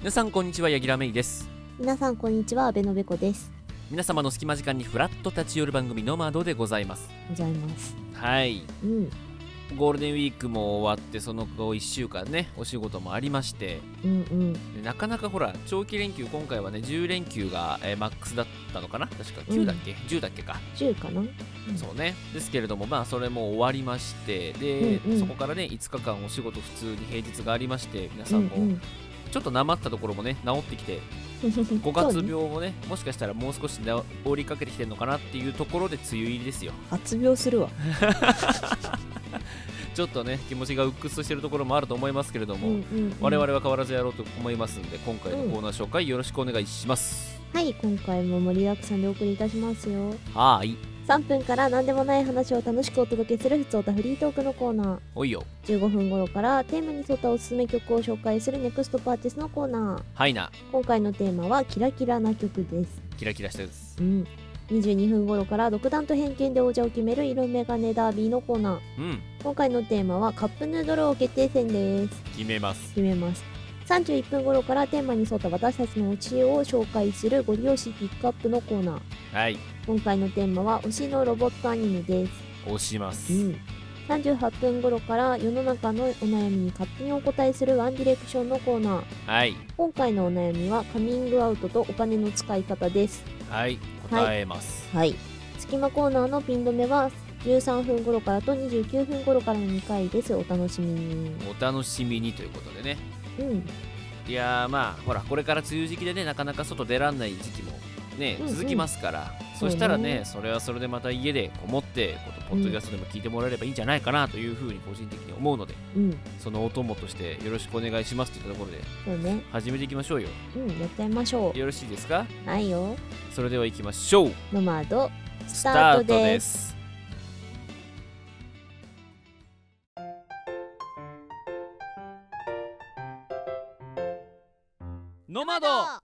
皆さんこんにちはヤギラメイです皆さんこんにちは阿部のべこです皆様の隙間時間にフラッと立ち寄る番組ノマドでございますございますはいうんゴールデンウィークも終わってその後1週間ねお仕事もありましてうんうんでなかなかほら長期連休今回はね10連休が、えーマックスだったのかな確か9だっけ、10だっけか10かなうんそうねですけれどもまあそれも終わりましてで、うんうんそこからね5日間お仕事普通に平日がありまして皆さんうんう もん、ちょっとなまったところもね治ってきて5 5月病もねもしかしたらもう少し治りかけてきてるのかなっていうところで梅雨入りですよ発病するわちょっとね気持ちが鬱屈としてるところもあると思いますけれども、んうんうん我々は変わらずやろうと思いますんで今回のコーナー紹介よろしくお願いします、はい今回も盛りだくさんでお送りいたしますよはーい3分から何でもない話を楽しくお届けするふつおたフリートークのコーナおいよー15分頃からテーマに沿ったおすすめ曲を紹介するネクストパーティスのコーナはいなー今回のテーマはキラキラな曲ですキラキラしたやつうん22分頃から独断と偏見で王者を決める色眼鏡ダービーのコーナーうん今回のテーマはカップヌードル王決定戦です決めます決めます31分頃からテーマに沿った私たちの教えを紹介するご利用しピックアップのコーナーはい今回のテーマは推しのロボットアニメです押します、うん38分頃から世の中のお悩みに勝手にお答えするワンディレクションのコーナーはい今回のお悩みはカミングアウトとお金の使い方ですはい答えます、はい隙間コーナーのピン止めは13分頃からと29分頃からの2回ですお楽しみにお楽しみにということでねうんいやーまあほらこれから梅雨時期でねなかなか外出らんない時期もねうんうん続きますから、そうそねしたらねそれはそれでまた家でこもってこのポッドキャストでも聞いてもらえればいいんじゃないかなというふうに個人的に思うのでうんそのお供としてよろしくお願いしますといったところでそうね始めていきましょうようんやっちゃいましょよろしいですかうはいよそれではいきましょうノマドススタタートートでですすノマド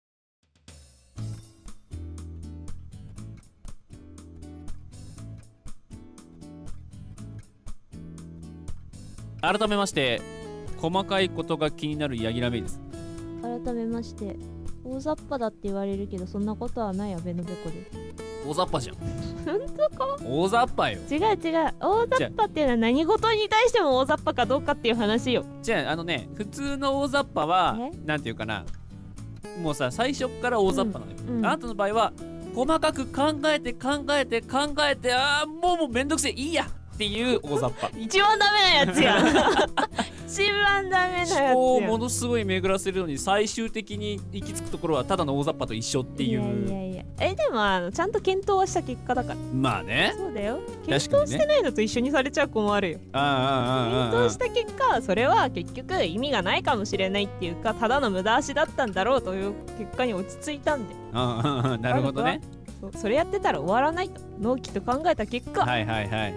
改めまして細かいことが気になるヤギラメイです改めまして大雑把だって言われるけどそんなことはない阿部のべこで大雑把じゃんす本当か大雑把よ違う違う大雑把っていうのは何事に対しても大雑把かどうかっていう話よじゃああのね普通の大雑把はえなんていうかなもうさ最初っから大雑把なのよ、うんうんあなたの場合は細かく考えて考えて考えてああもうもうめんどくせえいいやっていう大雑把 一番ダメなやつ や一番ダメなやつや思考をものすごい巡らせるのに最終的に行き着くところはただの大雑把と一緒っていういやいやいやえでもあのちゃんと検討はした結果だからまあねそうだよ検確か討にねしてないのと一緒にされちゃう子もあるよあ検討した結果それは結局意味がないかもしれないっていうかただの無駄足だったんだろうという結果に落ち着いたんであなるほどねそうそれやってたら終わらないと納期と考えた結果、はいはいはい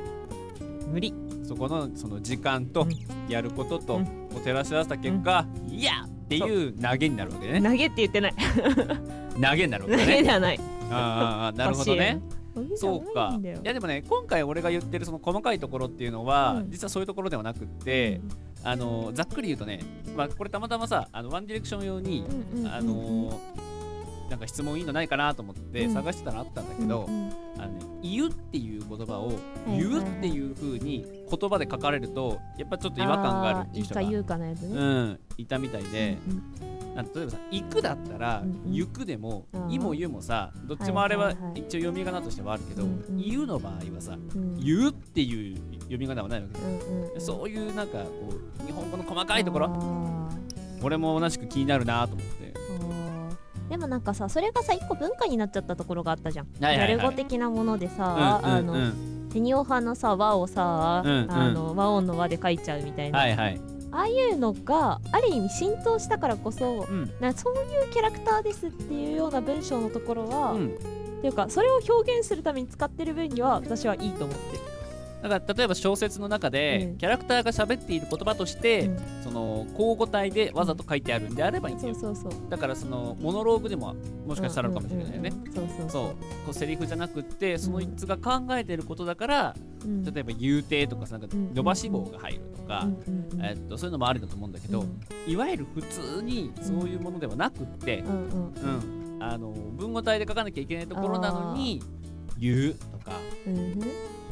無理そこのその時間とやることとうをん照らし合わせた結果、いやっていう投げになるわけね投げって言ってない投げになるわ投けね げではないあーあーなるほどね投げじゃそうなかいんいだよやでもね今回俺が言ってるその細かいところっていうのは、うん実はそういうところではなくって、あのざっくり言うとね、まあ、これたまたまさあのワンディレクション用に、うんうんあうんうんのなんか質問いいのないかなと思ってうん探してたのあったんだけどう、んあのね、言うっていう言葉をいはい言うっていう風に言葉で書かれるとやっぱちょっと違和感があるっていう人があーいいか言うかのやつね、うん、いたみたいで、うんなん例えばさ「行く」だったらうん「うん行く」でもあ「ーい」も「ゆ」もさどっちもあれははいはいはい一応読み仮名としてはあるけどうん「うん言う」の場合はさ「うん言う」っていう読み仮名はないわけうんうんうんそういうなんかこう日本語の細あかーいところ俺も同じく気になるなと思ってあーでもなんかさそれがさ一個文化になっちゃったところがあったじゃん、はいはいはいギャル語的なものでうさ、あんうんの、うん手におのさ和をさ、うんうんあの和音の和で書いちゃうみたいな、はいはいっていうのがある意味浸透したからこそうんなそういうキャラクターですっていうような文章のところは、うんっていうかそれを表現するために使ってる分には私はいいと思ってるだから例えば小説の中で、うんキャラクターが喋っている言葉として、うんその交互体でわざと書いてあるんであればいいんだそうよそうそうだからそのモノローグでもももしかしたらあるかもしれないよね、そうそうそそうこうセリフじゃなくってそのいつが考えてることだから、う、うん、例えば言うてとかさなんかうん伸ばし棒が入るとか、うんうんうんえっとそういうのもあるんだと思うんだけど、いわゆる普通にそういうものではなくって、うんううんん、あの文語体で書かなきゃいけないところなのに「言う」とかうんうん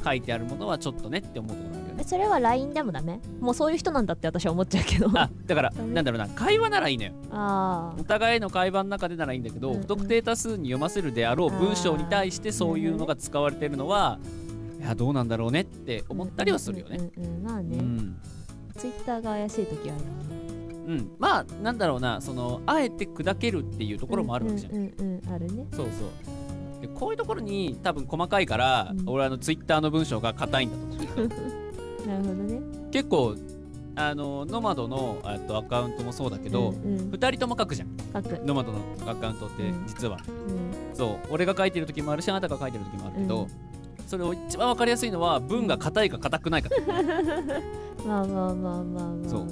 書いてあるものはちょっとねって思うところなんだよえね。それは LINE でもダメもうそういう人なんだって私は思っちゃうけどあだからダメなんだろうな会話ならいいのよあお互いの会話の中でならいいんだけど、うんうん不特定多数に読ませるであろう文章に対してそういうのが使われてるのはいやどうなんだろうねって思ったりはするよね。うんうんうんまあうね、んツイッターが怪しい時あるうん、まあなんだろうなそのあえて砕けるっていうところもあるわけじゃん。うんうんうんうんあるねそうそうでこういうところに多分細かいから、うん俺あのツイッターの文章が硬いんだと思う なるほどね結構あのノマドのえっとアカウントもそうだけど、うんうん、 2人とも書くじゃん書く、ノマドのアカウントってうん実は、うん、そう俺が書いてる時もあるしあなたが書いてる時もあるけど、うんそれを一番わかりやすいのは文が硬いか硬くないかまあまあまあまあまあまあそう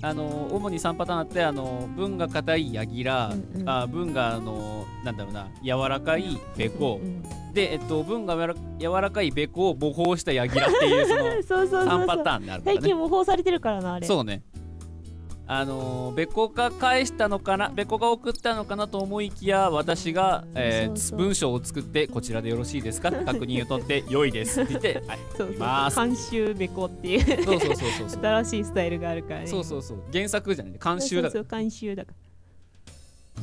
あの主に3パターンあってあの文が硬いヤギラ、うんうんあ文があのなんだろうな柔らかいベコ、うんで、えっと、文がやら柔らかいベコを模倣したヤギラっていうそのうん そうそうそうそう3パターンになるから最ね近。模倣されてるからなあれそうね。あのー、ベコが返したのかなベコが送ったのかなと思いきや私が、えーそうそう文章を作ってこちらでよろしい ですか確認を取って良い ですって言って、はい、そうそいうそうます監修べこって いうそうそうそうそうそう新しいスタイルがあるからねそうそうそう原作じゃない監修だかそらうそう監修だか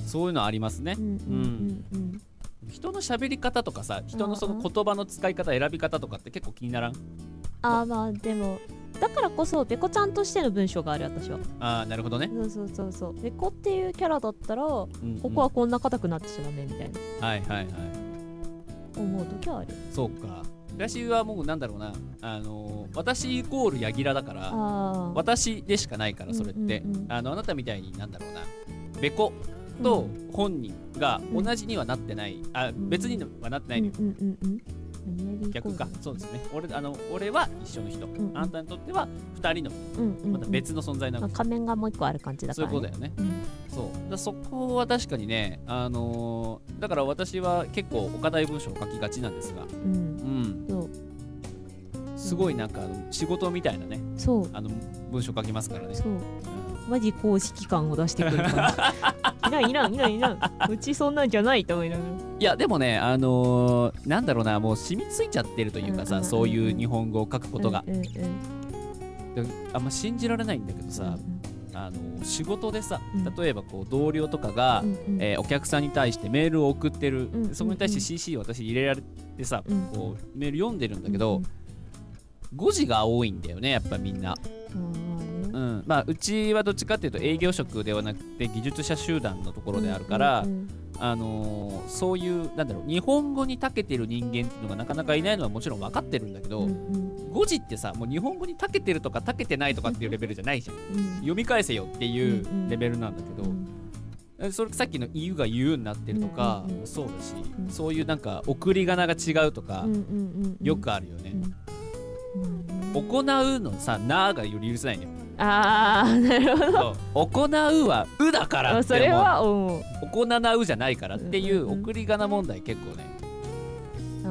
そういうのありますねら、うんうんうんうん人の喋り方とかさ人のその言葉の使い方選び方とかって結構気にならんあーまあでもだからこそべこちゃんとしての文章がある私はああなるほどね、そうそうそうそうべこっていうキャラだったらこうんうんこはこんな硬くなってちゃダメみたいなはいはいはい思う時はあるそうか私はもうなんだろうなあのー私イコールヤギラだからああ私でしかないからそれって、うんうんうんあのあなたみたいになんだろうなべこと本人が同じにはなってない、あん別にはなってないのよ、うんうんうんうん逆かそうですね俺あの俺は一緒の人、んうんあなたにとっては2人のうんうんうんまた別の存在なまの、あ仮面がもう一個ある感じだかそういらうことねだよねうんそうだからそこは確かにねあのーだから私は結構お堅い文章を書きがちなんですがうんうんそうすごいなんかあの仕事みたいなねそうあの文章書きますからね、そううんマジ公式感を出してくる からいらんいらんいらんいらんうちそんなんじゃないと思いながらいやでもねあのーなんだろうなもう染みついちゃってるというかさ、うんうんうんうんそういう日本語を書くことが、うんうんうんであんま信じられないんだけどさ、あのー仕事でさうん例えばこう同僚とかが、うんうんえーお客さんに対してメールを送ってる、うんうんそこに対して CC を私入れられてさ、うんこうメール読んでるんだけど、誤字が多いんだよねやっぱみんな、うんうんまあねうん、まあうちはどっちかっていうと営業職ではなくて技術者集団のところであるから、うんあのーそういうなんだろう日本語に長けてる人間っていうのがなかなかいないのはもちろん分かってるんだけうんど、うん語字ってさもう日本語に長けてるとか長けてないとかっていうレベルじゃないじゃんうん読み返せよっていううんうんレベルなんだけど、うんそれさっきの「言う」が「言う」になってるとか、うんうんうんそうだし、うんそういうなんか送り仮名が違うとか、うんうんうんうんよくあるよね。うん行うのさ、ながより許せないね。 ああなるほどそう行うはうだからあってそ思うれは思う行なうじゃないからっていうんううんうん送り仮名問題結構ね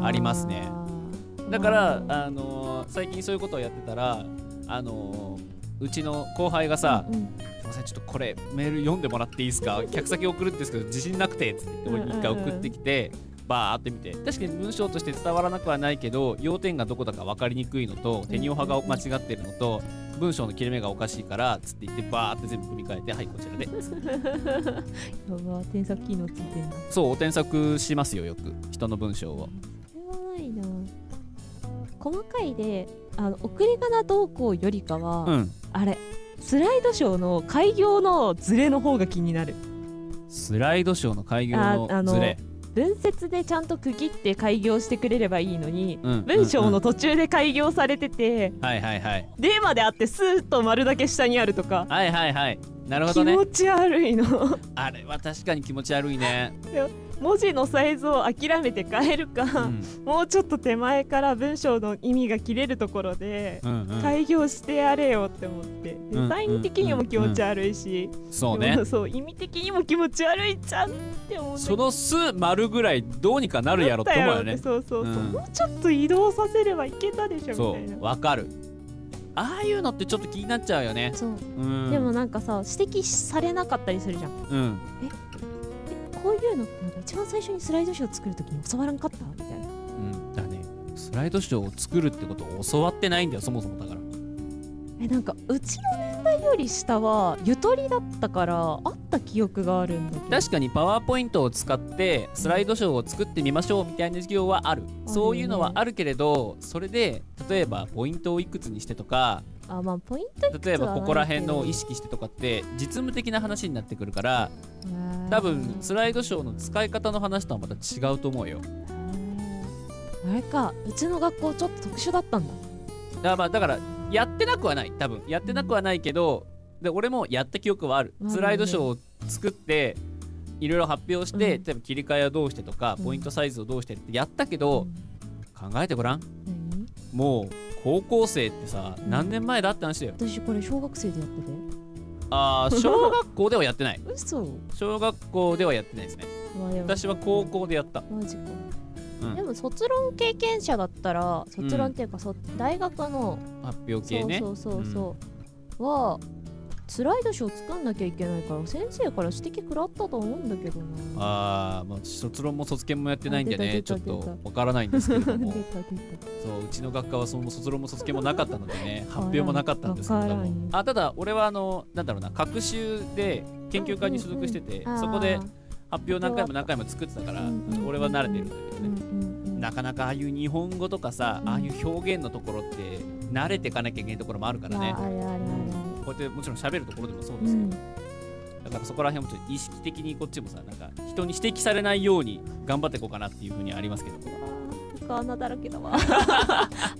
ありますねだから、あのー最近そういうことをやってたら、あのーうちの後輩がさうん 「すいませんちょっとこれメール読んでもらっていいですか客先送るんですけど自信なくて」っつって俺に一回うんうんうん送ってきて。バーって見て確かに文章として伝わらなくはないけど要点がどこだか分かりにくいのと手におはが間違ってるのと文章の切れ目がおかしいからつって言ってバーって全部組み替えてはいこちらでつってやば添削機能ついてんなそうお添削しますよよく人の文章をそれはないな細かいであの送り仮名動向よりかは、うんあれスライドショーの開業のズレの方が気になるスライドショーの開業ああののズレ文節でちゃんと区切って開業してくれればいいのにうんうん文章うんの途中で開業されててはいはいはい「で」まであってスーッと丸だけ下にあるとか、はいはいはいなるほ気どね持ち悪いの あれは確かに気持ち悪いね文字のサイズを諦めて変える うか、んもうちょっと手前から文章の意味が切れるところでうんうん、開業してやれよって思ってデザイン的にも気持ち悪いし、そうでねもそう意味的にも気持ち悪いじゃんって思ってその「す」「丸ぐらいどうにかなるやろって思うよねそうそうそう、うんもうちょっと移動させればいけたでしょそみたいなうわかるああいうのってちょっと気になっちゃうよねそう、うんでもなんかさ指摘されなかったりするじゃんうんえこういうのってなんか一番最初にスライドショー作るときに教わらんかったみたいなうんだねスライドショーを作るってことを教わってないんだよそもそもだからえなんかうちの年代より下はゆとりだったからあった記憶があるんだけど確かにパワーポイントを使ってスライドショーを作ってみましょうみたいな授業はあるそういうのはあるけれどそれで例えばポイントをいくつにしてとかあまあポイントいくつ例えはばここら辺のを意識してとかって実務的な話になってくるから多分スライドショーの使い方の話とはまた違うと思うよあれかうちの学校ちょっと特殊だったんだだからまあだからやってなくはない多分やってなくはないけどで俺もやった記憶はあるなるほどスライドショーを作っていろいろ発表して、うん例えば切り替えはどうしてとか、うんポイントサイズをどうしてってやったけど、考えてごらんうん何もう高校生ってさうん何年前だって話だよ、私これ小学生でやっててああ小学校ではやってない嘘小学校ではやってないですね私は高校でやったマジか、うんでも卒論経験者だったら卒論っていうか、そ大学の発表そ系うねそうそうそう、はスライドショー作んなきゃいけないから先生から指摘食らったと思うんだけどなああまあ卒論も卒検もやってないんであ出ねちたょっ出た出たとわからないんですけれど も出た出たそううちの学科はその卒論も卒検もなかったのでね発表もなかったんですけれどわからもんよあただ俺はあのなんだろうな学習で研究会に所属してて、そこであー発表何回も何回も作ってたから、うんうんうん俺は慣れてるんだけどうんね、うんうんなかなかああいう日本語とかさ、うんああいう表現のところって慣れていかなきゃいけないところもあるからいねやあれあれあれあれこうやってもちろん喋るところでもそううですけど、ん、だからそこら辺もちょっと意識的にこっちもさなんか人に指摘されないように頑張っていこうかなっていうふうにはありますけどっなんか穴だらけ だわ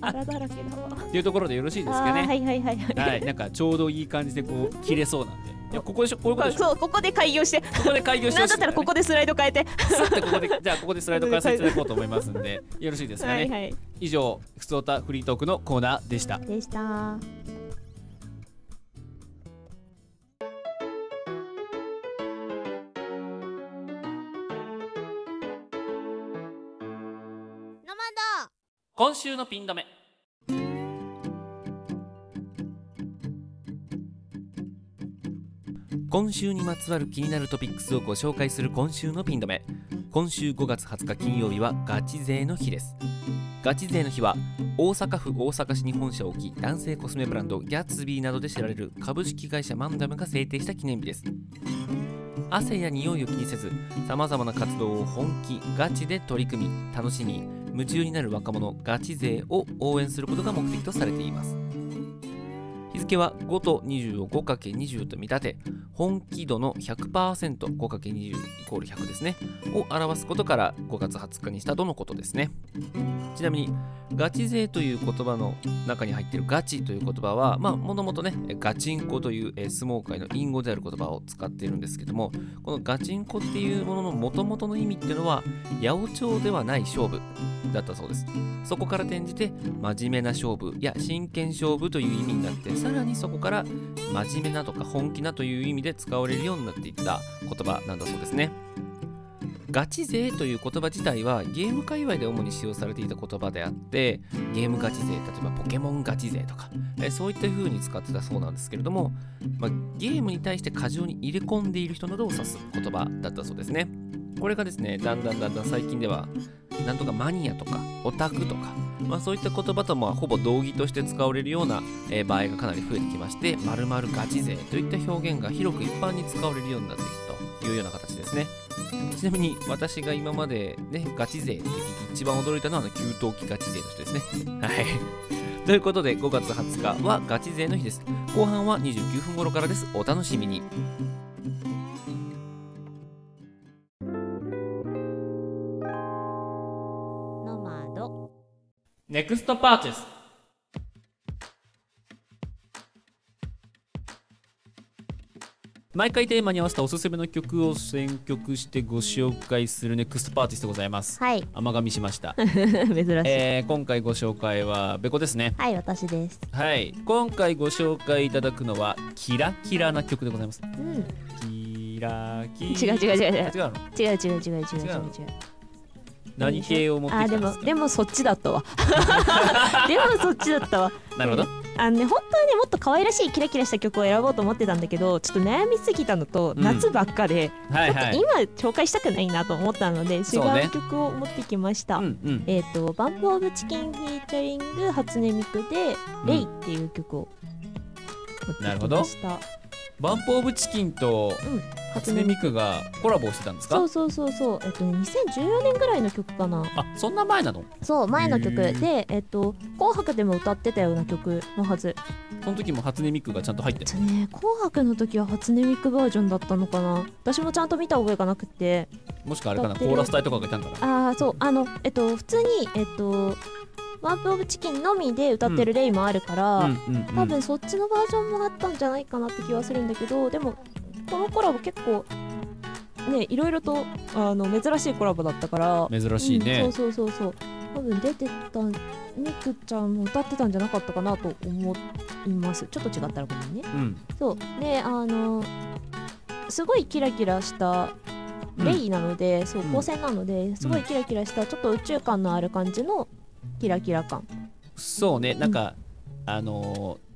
穴だらけだわていうところでよろしいですあかねーはいはいはいはい、はい、なんかちょうどいい感じでこう切れそうなんで。いやここでしょこういうことでしょ。そうここで開業してここで開業してなほんしいだったらこここでスライド変えてでここでじゃあここでスライドからさせていただこうと思いますんで、よろしいですかね。はいはい以上ふつおたフリートークのコーナーでした。でした今週のピン止め。今週にまつわる気になるトピックスをご紹介する今週のピン止め今週5月20日金曜日はガチ勢の日ですガチ勢の日は大阪府大阪市に本社を置き男性コスメブランドギャッツビーなどで知られる株式会社マンダムが制定した記念日です汗や匂いを気にせずさまざまな活動を本気ガチで取り組み楽しみ夢中になる若者ガチ勢を応援することが目的とされています日付は5と2 5かけ2 0と見立て本気度の 100%5×20 イコール100ですねを表すことから5月20日にしたとのことですねちなみにガチ勢という言葉の中に入っているガチという言葉はまあもともとねえガチンコというえー相撲界の隠語である言葉を使っているんですけどもこのガチンコっていうものの元々の意味っていうのは八百長ではない勝負だったそうですそこから転じて真面目な勝負や真剣勝負という意味になってさらにそこから真面目なとか本気なという意味で使われるようになっていった言葉なんだそうですね。ガチ勢という言葉自体はゲーム界隈で主に使用されていた言葉であってゲームガチ勢例えばポケモンガチ勢とかえそういった風に使ってたそうなんですけれども、まあ、ゲームに対して過剰に入れ込んでいる人などを指す言葉だったそうですねこれがですねだんだんだんだん最近ではなんとかマニアとかオタクとか、まあ、そういった言葉とまあほぼ同義として使われるようなえー場合がかなり増えてきまして「まるガチ勢」といった表現が広く一般に使われるようになってきたというような形ですねちなみに私が今までねガチ勢って聞き一番驚いたのはあの給湯器ガチ勢の人ですねはいということで5月20日はガチ勢の日です後半は29分頃からですお楽しみにノマドネクストパーチェス。毎回テーマに合わせたおすすめの曲を選曲してご紹介するネクストパーティストでございます はい甘噛みしました、珍しい、えー今回ご紹介はべこですねはい私ですはい今回ご紹介いただくのはキラキラな曲でございますうんキラキ違う違う違う違う違うの違う違う違う違う違う違う何系を持ってあきでたんでもすかでもそっちだっ たわでもそっちだったわなるほどあのね本当はねもっと可愛らしいキラキラした曲を選ぼうと思ってたんだけどちょっと悩みすぎたのと、うん夏ばっかで、はいはいちょっと今紹介したくないなと思ったので違そうねう曲を持ってきました、うんうんえっ、とバンプオブチキンフィーチャリング初音ミクで「うんレイ」っていう曲を持ってきました、バンプオブチキンとうん初音ミクがコラボをしてたんですか、そうそうそうそうえっ、とね2014年ぐらいの曲かなあそんな前なのそう前の曲へーでえっと「紅白」でも歌ってたような曲のはずその時も初音ミクがちゃんと入ってえっるとね「紅白」の時は初音ミクバージョンだったのかな私もちゃんと見た覚えがなくてもしくはあれかなやっコてーるラス隊とかがいたんかなああそうあのえっと普通にえっと「ワンプ・オブ・チキン」のみで歌ってる例もあるから、うんうんうん多分そっちのバージョンもあったんじゃないかなって気はするんだけどでもこのコラボ結構ねいろいろとあの珍しいコラボだったから珍しいね、うんそうそうそうそう多分出てたミクちゃんも歌ってたんじゃなかったかなと思いますちょっと違ったらごめんねうんそうであのすごいキラキラしたうんレイなので、そううん光線なので、すごいキラキラしたちょっと宇宙感のある感じのキラキラ感そうねなんか、あのー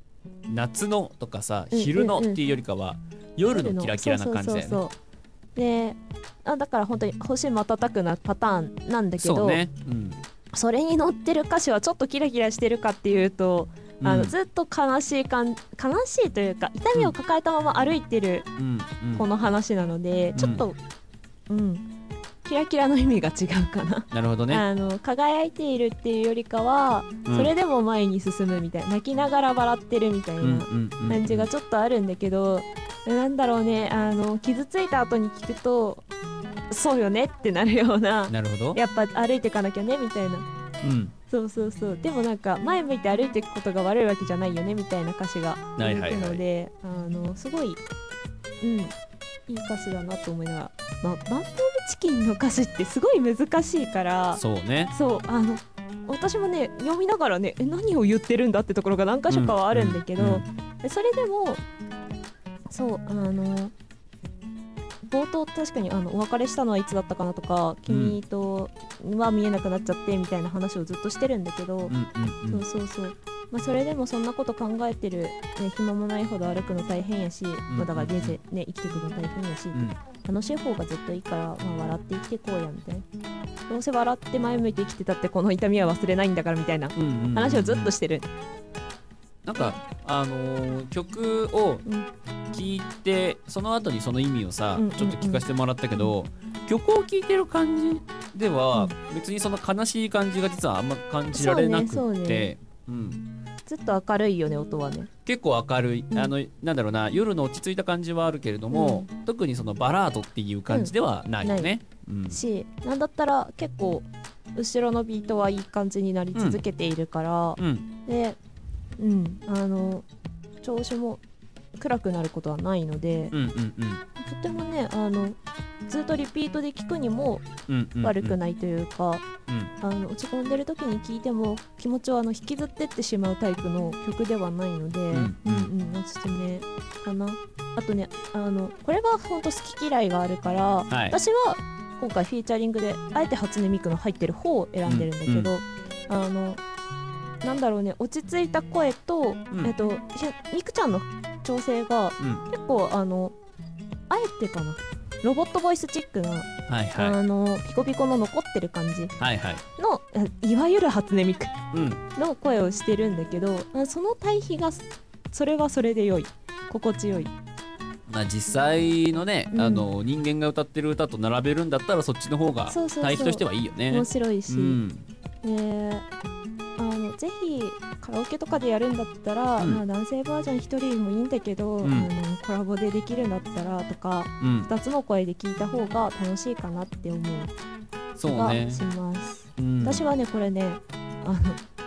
夏のとかさうん昼のっうんうんていうよりかは、夜のキラキラな感じだよそうねそうそうそうであだから本当に星瞬くなパターンなんだけどそうねうんそれに乗ってる歌詞はちょっとキラキラしてるかっていうと、あのずっと悲しい感悲しいというか痛みを抱えたまま歩いてるうんうんこの話なので、ちょっとうんキラキラの意味が違うかな、なるほどね、あの輝いているっていうよりかは、うんそれでも前に進むみたいな泣きながら笑ってるみたいな、うんうんうん感じがちょっとあるんだけど、なんだろうねあの傷ついた後に聞くとそうよねってなるようななるほどやっぱ歩いていかなきゃねみたいなうんそうそうそうでもなんか前向いて歩いていくことが悪いわけじゃないよねみたいな歌詞がはい続くはいはいので、あのすごい、うん、いい歌詞だなと思いながら、まあ、バンド・オブ・チキンの歌詞ってすごい難しいからそうねそうあの私もね読みながらねえ何を言ってるんだってところが何箇所かはあるんだけど、うんうんでそれでもそうあの冒頭確かにあのお別れしたのはいつだったかなとか君とは見えなくなっちゃってみたいな話をずっとしてるんだけどう、んうんうんそうそうそう、まあ、それでもそんなこと考えてる、ね、暇もないほど歩くの大変やし、んまあ、だから人生ね生きていくの大変やし、うん楽しい方がずっといいから、まあ、笑って生きていこうやみたいなどうせ笑って前向いて生きてたってこの痛みは忘れないんだからみたいなうんうんうん話をずっとしてる、なんかあのー曲をうん聞いてその後にその意味をさ、うんうんうんちょっと聞かせてもらったけど、曲を聴いてる感じでは、別にその悲しい感じが実はあんま感じられなくってそううねそうねん、ずっと明るいよね音はね結構明るい、うんあのなんだろうな夜の落ち着いた感じはあるけれども、特にそのバラードっていう感じではないよね。うんしなんだったら結構後ろのビートはいい感じになり続けているから、うんでうんあの調子も暗くなることはないので、うんうんうんとてもねあのずっとリピートで聞くにもうんうん悪くないというか、うんあの落ち込んでる時に聴いても気持ちをあの引きずってってしまうタイプの曲ではないので、んうんうんおすすめかなあとねあのこれは本当好き嫌いがあるから、はい私は今回フィーチャリングであえて初音ミクの入ってる方を選んでるんだけど、あのなんだろうね落ち着いた声と、んえっとひミクちゃんの調整がうん結構あのあえてかなロボットボイスチックな、はいはいあのピコピコの残ってる感じはいはいのいわゆる初音ミクうんの声をしてるんだけどあその対比がそれはそれで良い心地よいまあ、実際のね、うんあの人間が歌ってる歌と並べるんだったらそっちの方がそうそうそう対比としてはいいよね。面白いし、うんであのぜひカラオケとかでやるんだったら、うんまあ、男性バージョン1人でもいいんだけど、うんあのコラボでできるんだったらとかうん、 2つの声で聞いた方が楽しいかなって思うそ気うがね、します、うん、私はねこれねあの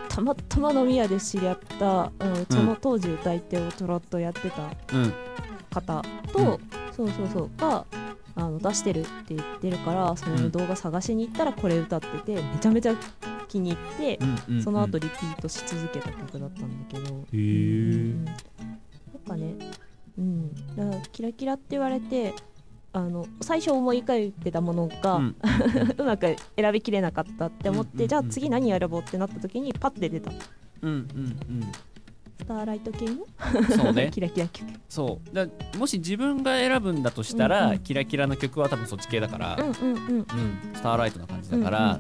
たまたま飲み屋で知り合った、うん、その当時歌い手をトロッとやってたうん方と、そうそうそうがあの出してるって言ってるからその動画探しに行ったらこれ歌っててめちゃめちゃ気に入ってうんうんその後リピートし続けた曲だったんだけへど、うえん、なんかね、うん、だからキラキラって言われてあの最初思い浮かべてたものが、う うんまく選びきれなかったって思って、うんうんうんじゃあ次何選ぼうってなった時にパッて出たスうんうんターライト系のうんそう ねキラキラ曲そうだもし自分が選ぶんだとしたら、うんうんキラキラな曲は多分そっち系だから、うんうんううんん、スターライトな感じだから、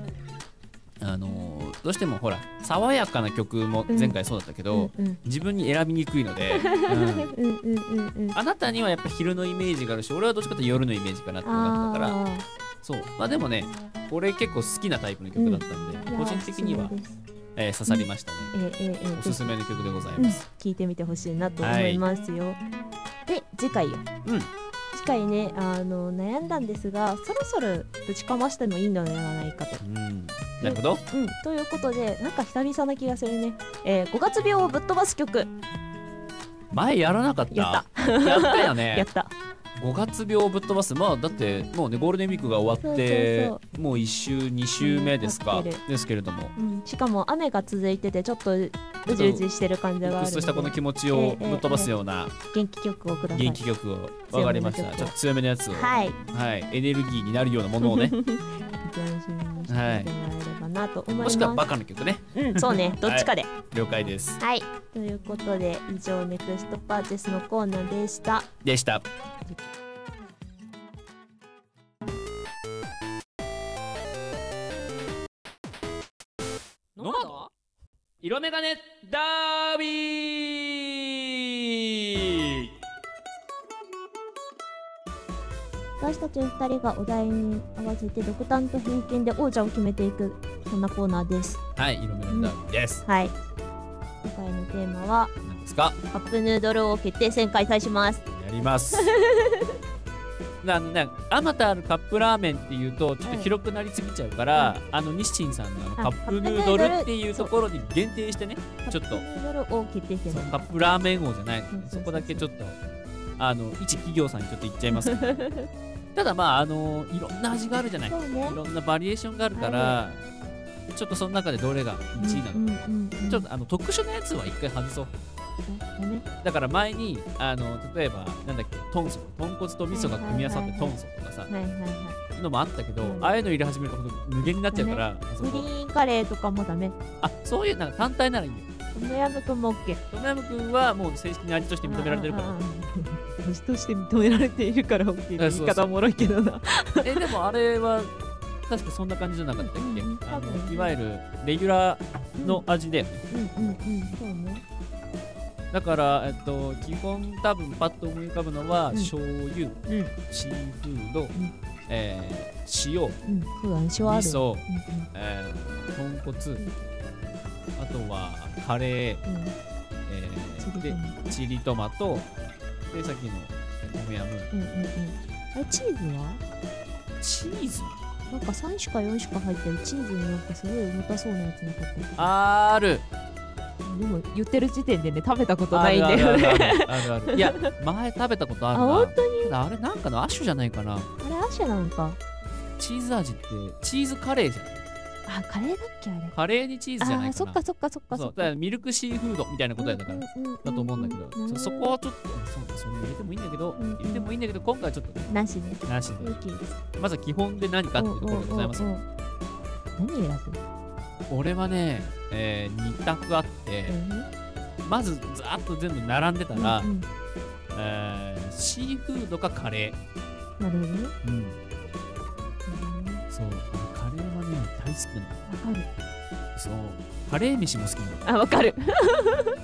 あのーどうしてもほら爽やかな曲も前回そうだったけど、 うん自分に選びにくいの で、うんうんうんうんうんあなたにはやっぱ昼のイメージがあるし俺はどっちかというと夜のイメージかなって思ったからあそうまあでもね俺結構好きなタイプの曲だったんで、ーいや個人的にはおすすめですえー刺さりましたね、えーえーえーおすすめの曲でございうんます、聞いてみてほしいなと思いますよ。で次回よ。うん次回ねあの悩んだんですがそろそろぶちかましてもいいのではないかと。うんなるほどうん、ということでなんか久々な気がするね。えー、5月病をぶっ飛ばす曲前やらなかったややったよ やねった。 5月病をぶっ飛ばすまあだってもうねゴールデンウィークが終わってそうもう1週2週目ですか、うん合ってるですけれどもうん、しかも雨が続いててちょっとうじうじしてる感じうがあっるそしたこのので気持ちをぶっ飛ばすような元気曲をください。元気曲を分かりました強めの曲をちょっと強めのやつをはい。はい、エネルギーになるようなものをね楽しみにしていてもらえればなと思いまもす。しくはバカの曲ねうん、そうね、どっちかで。了解ですはい、ということで以上ネクストパーティスのコーナーでした。でしたノマド色眼鏡ダービー私たち2人がお題に合わせて独断と偏見で王者を決めていくそんなコーナーです。はい色眼鏡ダービーです、はい。今回のテーマは何ですかカップヌードルを決定戦開催します。やります ななあまたあるカップラーメンっていうとちょっと広くなりすぎちゃうから、あの日清さんのあのカあップヌードルっていうところに限定してねちょっとカップヌードルを決定戦そうカップラーメン王じゃないそうそうそうそこだけちょっとあの一企業さんにちょっと言っちゃいますけ どただまああのいろんな味があるじゃないいそうね。ろんなバリエーションがあるからちょっとその中でどれが1位なのか、うんうんうん、ちょっとあの特殊なやつは一回外そうとね。だから前にあの例えばなんだっけ豚足豚骨と味噌が組み合わさってはいはいはい豚足とかさはいはいはい。のもあったけど、うんああいうの入れ始めるとほんと無限になっちゃうから、そグリこーンカレーとかもダメ。あそういうなんか単体ならいいんだよトムヤムくんも OK。トムヤムくんはもう正式に味として認められてるからら虫として認められているから OK あ言そうそうい方おもろいけどなえでもあれは確かそんな感じじゃなかったっけ、うんうんあ多分のいわゆるレギュラーの味だよね、うんうんうん。そうね。だから、えっと、基本多分パッと思い浮かぶのは、うん醤油、うんシーフード、んえー塩うん。そうだね。シワある。味噌、うんうんえー、豚骨、あとはカレー、うんえチー、リでトマチリトマトでさっきのトムヤムうんうんうん。あれチーズはチーズなんか3種か4種か入ってるチーズになんかすごい重たそうなやつなかったっけあるでも言ってる時点でね食べたことあないんるだあるよあるねあるある あるいや前食べたことあるなあ本当にあれなんかのアッシュじゃないかなあれアッシュなのかチーズ味ってチーズカレーじゃないあカレーだっけあれカレーにチーズじゃあなあいーかそなっかそっかそっかそそうっだかからミルクシーフードみたいな答えだから、だと思うんだけど、そそこはちょっとそうそれ入れてもいいんだけど、うんうん入れてもいいんだけど今回はちょっとなしでなしオでッケーですまずは基本で何かっていうところでございますおうおうおうおう何選ぶ俺はね、え2択あって、まずざーっと全部並んでたうんら、うんえーシーフードかカレなるほどねー、そうカレーはね大好きなのうんわかるそうカレー飯も好きなのあわ かるわかる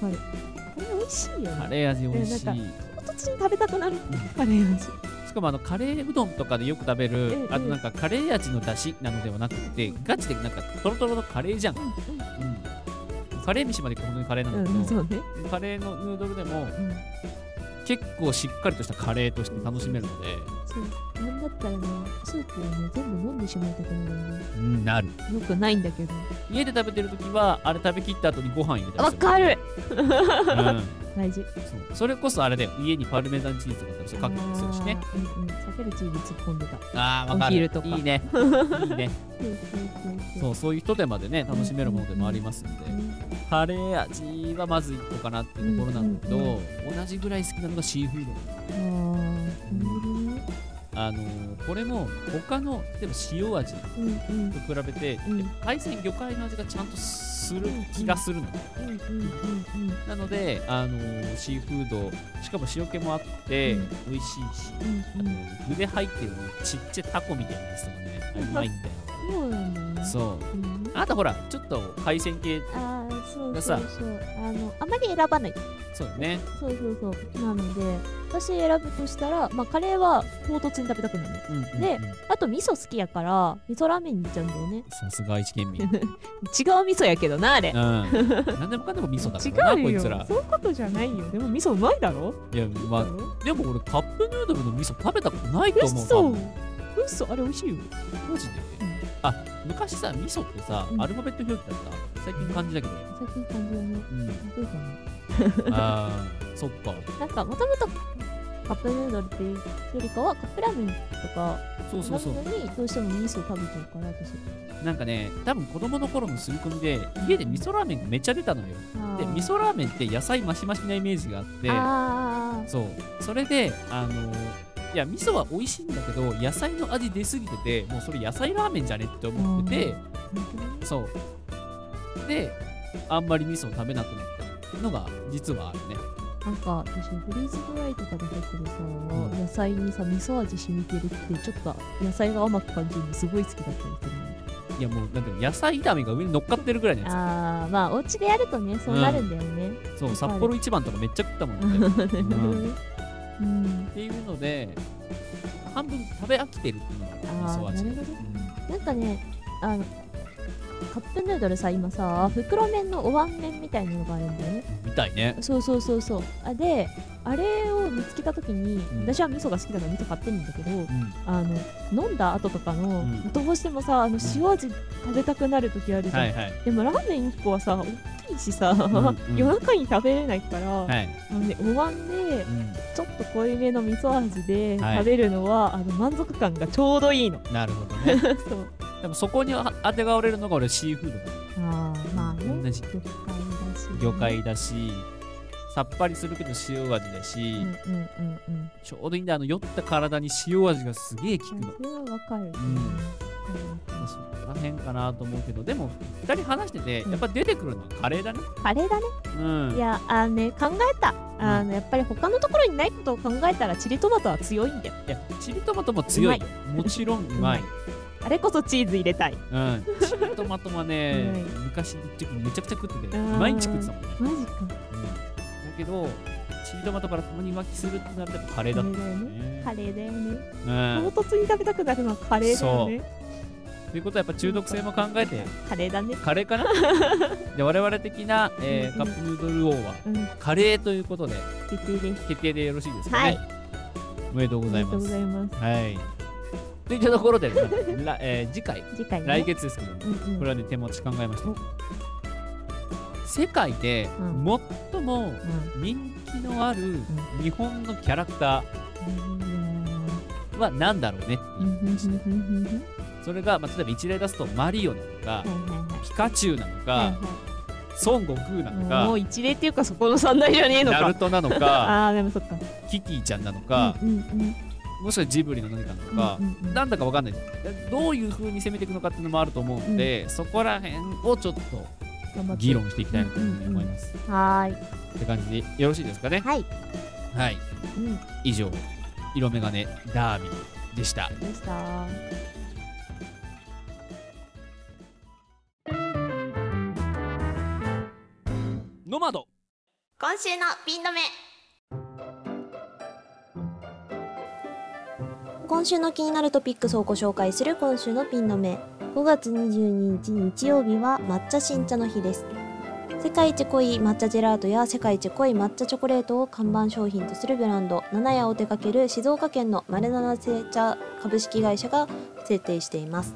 これ美味しいよカねレー味美味しい、うん唐突に食べたくなるカレー味しかもあのカレーうどんとかでよく食べる、うんうんあとなんかカレー味の出汁なのではなくてガチでなんかトロトロのカレーじゃん、うんうんうん、カレー飯まで本当にカレーなんだうんけそど、うねカレーのヌードルでもうん結構しっかりとしたカレーとして楽しめるので、そうなんだったらねスープをね全部飲んでしまいたくなるねうん、なるよくないんだけど家で食べてる時はあれ食べきった後にご飯入れたりわするかるうん大事そうそれこそあれだよ家にパルメザンチーズとかあったらそれかけたりするしねあーうんうん避けるチーズ突っ込んでたあーわかるお昼とかいいねいいねそうそういうひと手間でね楽しめるものでもありますんでカレー味はまず1個かなっていうところなんだけど、うんうん同じぐらい好きなのがシーフードあーあのーこれも他の例えば塩味とうんうん比べて、うん海鮮魚介の味がちゃんとする気がするの、うんうんうんなので、あのーシーフードしかも塩気もあってうん美味しいし、うんうんあの具で入ってるのちっちゃいタコみたいなやつとかねあれうまいんだよ そうなんだよねそううんあなたほらちょっと海鮮系あーそうがそさうそうあのあまり選ばないそうだねそうそうそうなので私選ぶとしたら、まあ、カレーは唐突に食べたくなるのうんうんうんであと味噌好きやから味噌ラーメンに行っちゃうんだよねさすが愛知県民違う味噌やけどなあれうん何でもかんでも味噌だからなこいつらそういうことじゃないよでも味噌うまいだろいやまあでも俺カップヌードルの味噌食べたことないと思う多嘘分嘘あれ美味しいよマジで、うんあ昔さ味噌ってさ、うんアルファベット表記だった最近漢字だけど、最近感じうだねん、どうかなあーそっかなんかもともとカップヌードルっていうよりかはカップラーメンとかそうそうそうラーメンにどうしても味噌食べちゃうから私なんかね多分子供の頃の刷り込みで家で味噌ラーメンがめっちゃ出たのよあーで味噌ラーメンって野菜マシマシなイメージがあってあーそうそれであのいや味噌は美味しいんだけど野菜の味出すぎててもうそれ野菜ラーメンじゃねって思ってて、本当にそうであんまり味噌を食べなくなったのが実はあるねなんか私フリーズドライとかで入ってるさ、野菜にさ味噌味染みてるってちょっと野菜が甘く感じるのすごい好きだったりするのいやもうなんていうの野菜炒めが上に乗っかってるぐらいのやあーまあお家でやるとねそうなるんだよね、つそう札幌一番とかめっちゃ食ったも んね、ううんっんうん、ていうので半分食べ飽きてるっていうのがあ味ー噌味なるほどなんかねあのカップヌードルさ今さ袋麺のお椀麺みたいなのがあるんだよねみたいねそうそうそうそうあであれを見つけた時に、ん私は味噌が好きだから味噌買ってるんだけどうんあの飲んだ後とかの、うんどうしてもさあの塩味食べたくなる時あるじゃん、はいはいでもラーメン1個はさ大きいしさ、んうん夜中に食べれないから、はい、あのね、お椀でうちょっと濃いめの味噌味ではい食べるのは、あの満足感がちょうどいいのん、なるほどねそうで もそこにあ当てがわれるのが俺シーフードだああまあね同じ魚介だし、魚介だしさっぱりするけど塩味だし、うんうんうんうんちょうどいいんだあの酔った体に塩味がすげえ効くのそれはわかる、うんまあそこら辺かなと思うけどでも2人話しててやっぱ出てくるのはカレーだねカレーだねうんいやあのね考えたあのやっぱり他のところにないことを考えたらチリトマトは強いんだよいやチリトマトも強いよもちろんうまい、あれこそチーズ入れたいうん、チリトマトはねうまい昔の時めちゃくちゃ食っててあー毎日食ってたもんね、マジかうん、だけどチリトマトからたまに浮気するってなるとやっぱカレーだカっレたーだよねねカレーだよねうん、唐突に食べたくなるのはカレーだよねということはやっぱ中毒性も考えてカレーだねカレーか なで我々的な、えーカップヌードル王はうんカレーということで決定です決定でよろしいですかね、はいおめでとうあごりざいがとまうごすざいますはい。といったところで、ね らえー次回、次回ね来月ですけど、ね、うんうんこれはね、手持ち考えました。世界でう最も人気のある日本のキャラクターは何だろうねってういうんうんうんうんうんうんそれが、まあ、例えば一例出すとマリオなのかはい、はいはいピカチュウなのはいか、孫悟空なのもうか、一例っていうかそこの三大じゃねえのナかルトなの か、あーでもそっかキティちゃんなのか、うんうんうんもしくはジブリの何かなのかう、んうんうんなんだかわかんないどういう風に攻めていくのかっていうのもあると思うので、そこら辺をちょっと頑張って議論していきたいなというふうに思います。はーいって感じでよろしいですかね。はいはい。うん以上、色眼鏡ダービーでした。でしたノマド今週のピン止め今週の気になるトピックスをご紹介する今週のピンの目5月22日日曜日は抹茶新茶の日です世界一濃い抹茶ジェラートや世界一濃い抹茶チョコレートを看板商品とするブランド七谷を手掛ける静岡県の丸七製茶株式会社が制定しています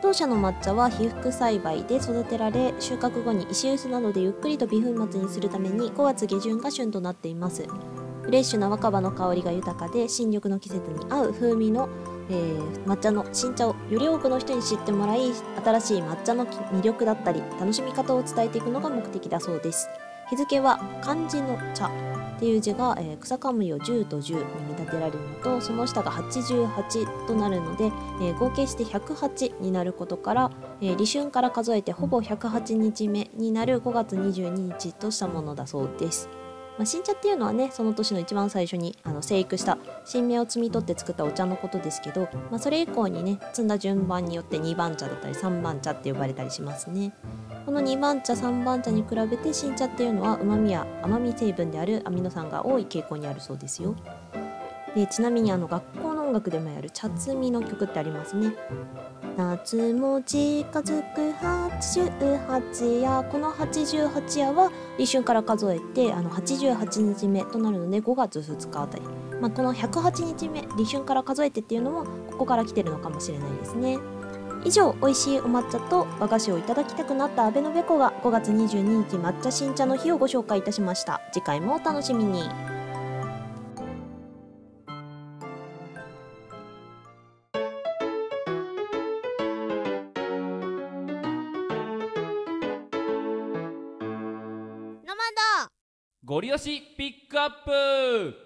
当社の抹茶は被覆栽培で育てられ収穫後に石臼などでゆっくりと微粉末にするために5月下旬が旬となっていますフレッシュな若葉の香りが豊かで新緑の季節に合う風味の、えー抹茶の新茶をより多くの人に知ってもらい新しい抹茶の魅力だったり楽しみ方を伝えていくのが目的だそうです日付は漢字の茶っていう字が、えー草冠を10と10に見立てられるのとその下が88となるので、えー合計して108になることから、えー立春から数えてほぼ108日目になる5月22日としたものだそうです。まあ、新茶っていうのはねその年の一番最初にあの生育した新芽を摘み取って作ったお茶のことですけど、まあ、それ以降にね摘んだ順番によって2番茶だったり3番茶って呼ばれたりしますね。この2番茶3番茶に比べて新茶っていうのは旨味や甘み成分であるアミノ酸が多い傾向にあるそうですよでちなみにあの学校の音楽でもやる茶摘みの曲ってありますね夏も近づく88夜この88夜は立春から数えてあの88日目となるので5月2日あたり、まあ、この108日目立春から数えてっていうのもここから来てるのかもしれないですね以上美味しいお抹茶と和菓子をいただきたくなった阿部のべこが5月22日抹茶新茶の日をご紹介いたしました次回もお楽しみにノマドゴリ押しピックアップ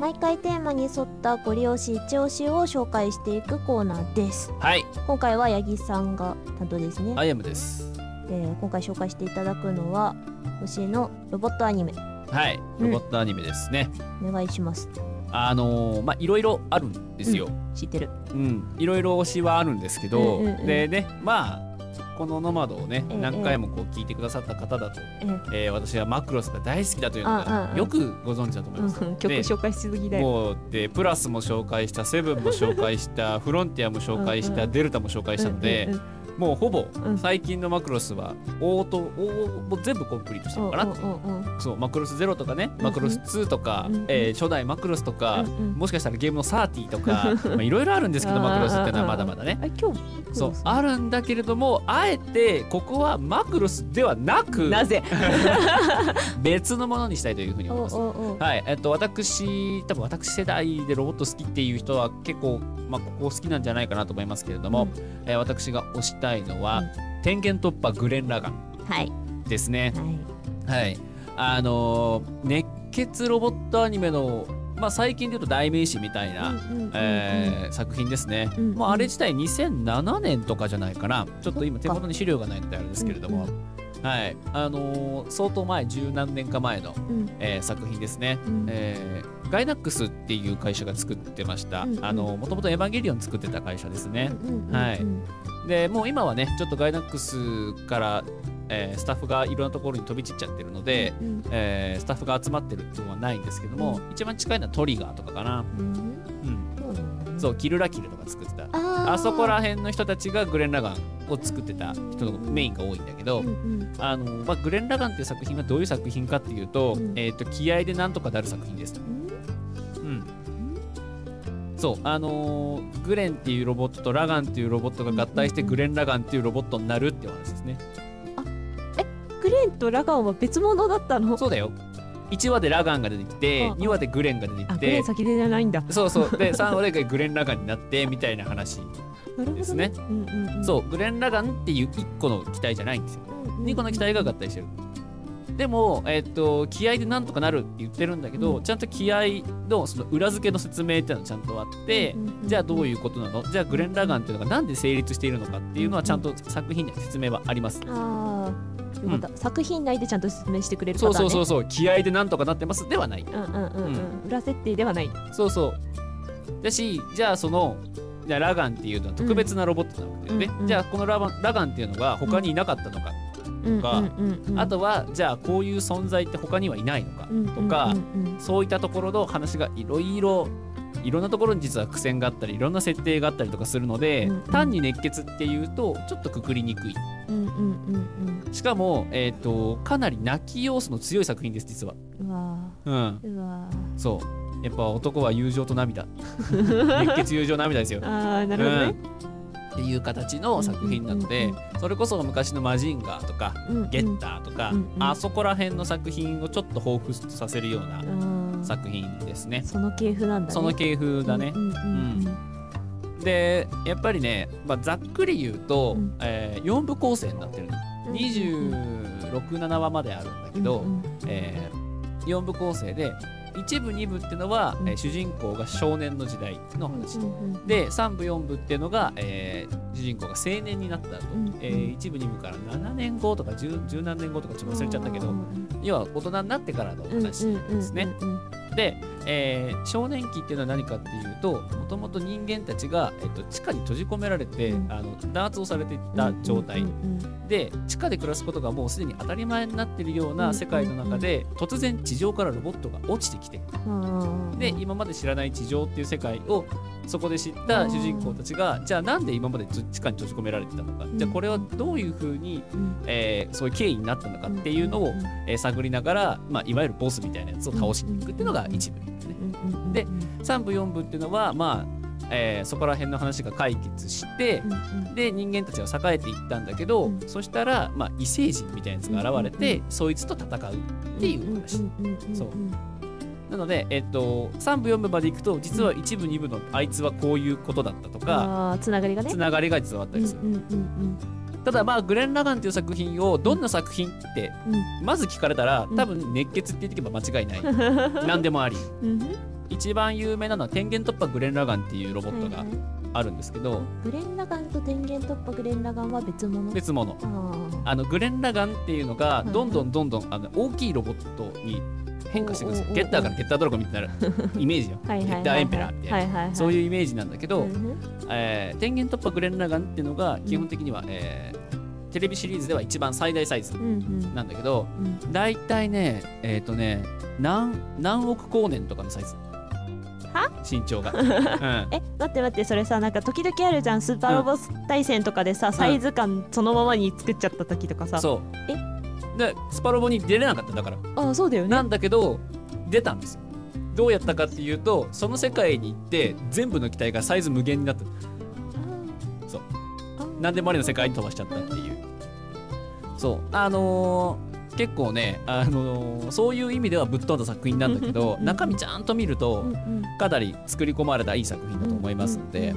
毎回テーマに沿ったご利用し一押しを紹介していくコーナーですはい今回は八木さんが担当ですね、アイアムですえー今回紹介していただくのは星のロボットアニメはいロボットアニメですね、お願いしますあのーまあいろいろあるんですよ、知ってるうん、いろいろ推しはあるんですけど、うんうんうんでねまあこの「ノマド」をねええ何回もこう聞いてくださった方だと、ええー私はマクロスが大好きだというのああがあよくご存知だと思います。うん曲で紹介しすぎだよもうでプラスも紹介したセブンも紹介した フロンティアも紹介しうんうたデルタも紹介したのでうんうもうほぼうん最近のマクロスはオートおもう全部コンプリートしたのかなっていううんうんうんそうマクロスゼロとかねマクロス2とかうんうんえー初代マクロスとかうんうんもしかしたらゲームの30とかまあいろいろあるんですけどマクロスってのはまだまだねあ今日そうあるんだけれどもあえてここはマクロスではなくなぜ別のものにしたいというふうにお思います。おおはい、えっと、私、多分私世代でロボット好きっていう人は結構、まあ、ここ好きなんじゃないかなと思いますけれども、うんえー私が推したいのは、う天元突破グレン・ラガンはいですね。はいはい。あのー熱血ロボットアニメの、まあ、最近で言うと代名詞みたいな、うんうんうんうんえー作品ですね、うんうんまあ、あれ自体2007年とかじゃないかなちょっと今手元に資料がないのであれですけれども、はいあのー相当前十何年か前の、んえー作品ですね、うんえーガイナックスっていう会社が作ってました、うんうんあのもともとエヴァンゲリオン作ってた会社ですね、うんうんうんはいでもう今はねちょっとガイナックスから、えースタッフがいろんなところに飛び散っちゃってるので、うんえースタッフが集まってるっていうのはないんですけども、一番近いのはトリガーとかかな、ううんん、そうなんだねそうキルラキルとか作ってたあーあそこら辺の人たちがグレン・ラガンを作ってた人のメインが多いんだけど、うんうんあのまあ、グレン・ラガンっていう作品はどういう作品かっていうと,、うんえー、と気合でなんとかなる作品ですと。うんそうあのーグレンっていうロボットとラガンっていうロボットが合体してうんうんうグんレン・ラガンっていうロボットになるってお話ですね。グレンとラガンは別物だったのそうだよ1話でラガンが出てきてああ2話でグレンが出てあきグレてン先でじゃないんだそうそうで3話でグレン・ラガンになってみたいな話なるほどですね。うんうんうんそうグレン・ラガンっていう1個の機体じゃないんですよ。うんうん2個の機体が合体してる。でも、えっと気合でなんとかなるって言ってるんだけど、ちゃんと気合のその裏付けの説明っていうのがちゃんとあって、うんうんうんじゃあどういうことなのじゃあグレン・ラガンっていうのがなんで成立しているのかっていうのはちゃんと作品には説明はあります。ああ、よかった、作品内でちゃんと説明してくれるそパうターン、そうね。そううそう気合でなんとかなってますではない。そう。うんうんうん、うん、裏設定ではないそうそう。だし、じゃあその、じゃあラガンっていうのは特別なロボットなわけだよね。うんうんじゃあこのラバンラガンっていうのが他にいなかったのか、うんかうんうんうん、あとはじゃあこういう存在って他にはいないのか、うんうんうんうん、とかうんうんそういったところの話がいろいろいろんなところに実は苦戦があったりいろんな設定があったりとかするので、うん単に熱血っていうとちょっとくくりにくいうんうんうんしかも、えー、とかなり泣き要素の強い作品です実は、うんうわうん、ーうわそうやっぱ男は友情と 涙熱血友情涙ですよああなるほどね、うんっていう形の作品なので、うんうんそれこそ昔の「マジンガー」とかーうんうん「ゲッター」とか、うんうんあそこら辺の作品をちょっと彷彿とさせるようなうん作品ですね。その系譜なんだねその系譜だねう、んうんでやっぱりね、まあ、ざっくり言うと、うんえ4部構成になってるのうん267話まであるんだけど、うんえ4部構成で1部2部ってのは、えー主人公が少年の時代のうん話、うんで3部4部っていうのが、えー主人公が青年になった後、うんえー1部2部から7年後とか 10, 10何年後とかちょっと忘れちゃったけうどん要は大人になってからのうん話ですね。うんうんで、えー少年期っていうのは何かっていうともともと人間たちが、えっと地下に閉じ込められて、うんあの弾圧をされていた状態、うんうんうんで地下で暮らすことがもうすでに当たり前になってるよううんうんな世界の中で、突然地上からロボットが落ちてきてうんうんで今まで知らない地上っていう世界をそこで知った主人公たちがじゃあなんで今まで地下に閉じ込められてたのか、んじゃあこれはどういうふうに、うんえーそういう経緯になったのかっていうのを、うんえー探りながら、まあ、いわゆるボスみたいなやつを倒しに行くっていうのが一部ですね。うんうんうんで3部4部っていうのはまあ、えーそこら辺の話が解決してう、んうんで人間たちは栄えていったんだけど、うんそしたら、まあ、異星人みたいなやつが現れて、そいつと戦うっていう話、んんんんんそうなので、えっと3部4部までいくと実は1部2部のあいつはこういうことだったとか、あーつながりがねつながりが実はあったりする、うんうんうんただまあグレン・ラガンっていう作品をどんな作品ってうまず聞かれたらうん多分熱血って言ってけば間違いない 何でもありうん一番有名なのは天元突破グレン・ラガンっていうロボットはがいはあるんですけど、いグレン・ラガンと電源突破グレン・ラガンは別物別物あーあのグレン・ラガンっていうのがうんどんどんどんどんあの大きいロボットに変化していくんですおよおゲッターからゲッタード ラゴンみたいなイメージよゲはいはいはいッターエンペラーって、はいはいはいそうういうイメージなんだけど、んうんえー天元突破グレン・ラガンっていうのが基本的には、えーテレビシリーズでは一番最大サイズうんなんだけどうんだいたいねえっ、とね何何億光年とかのサイズは身長 が、うんえ待って待ってそれさなんか時々あるじゃんスーパーロボス対戦とかでさ、サイズ感そのままに作っちゃった時とかさ、そうでスパロボに出れなかったんだからああそうだよねなんだけど出たんですよどうやったかっていうとその世界に行って全部の機体がサイズ無限になったそう何でもありの世界に飛ばしちゃったっていうそうあのー結構ね、あのーそういう意味ではぶっ飛んだ作品なんだけど中身ちゃんと見るとかなり作り込まれたいい作品だと思いますので、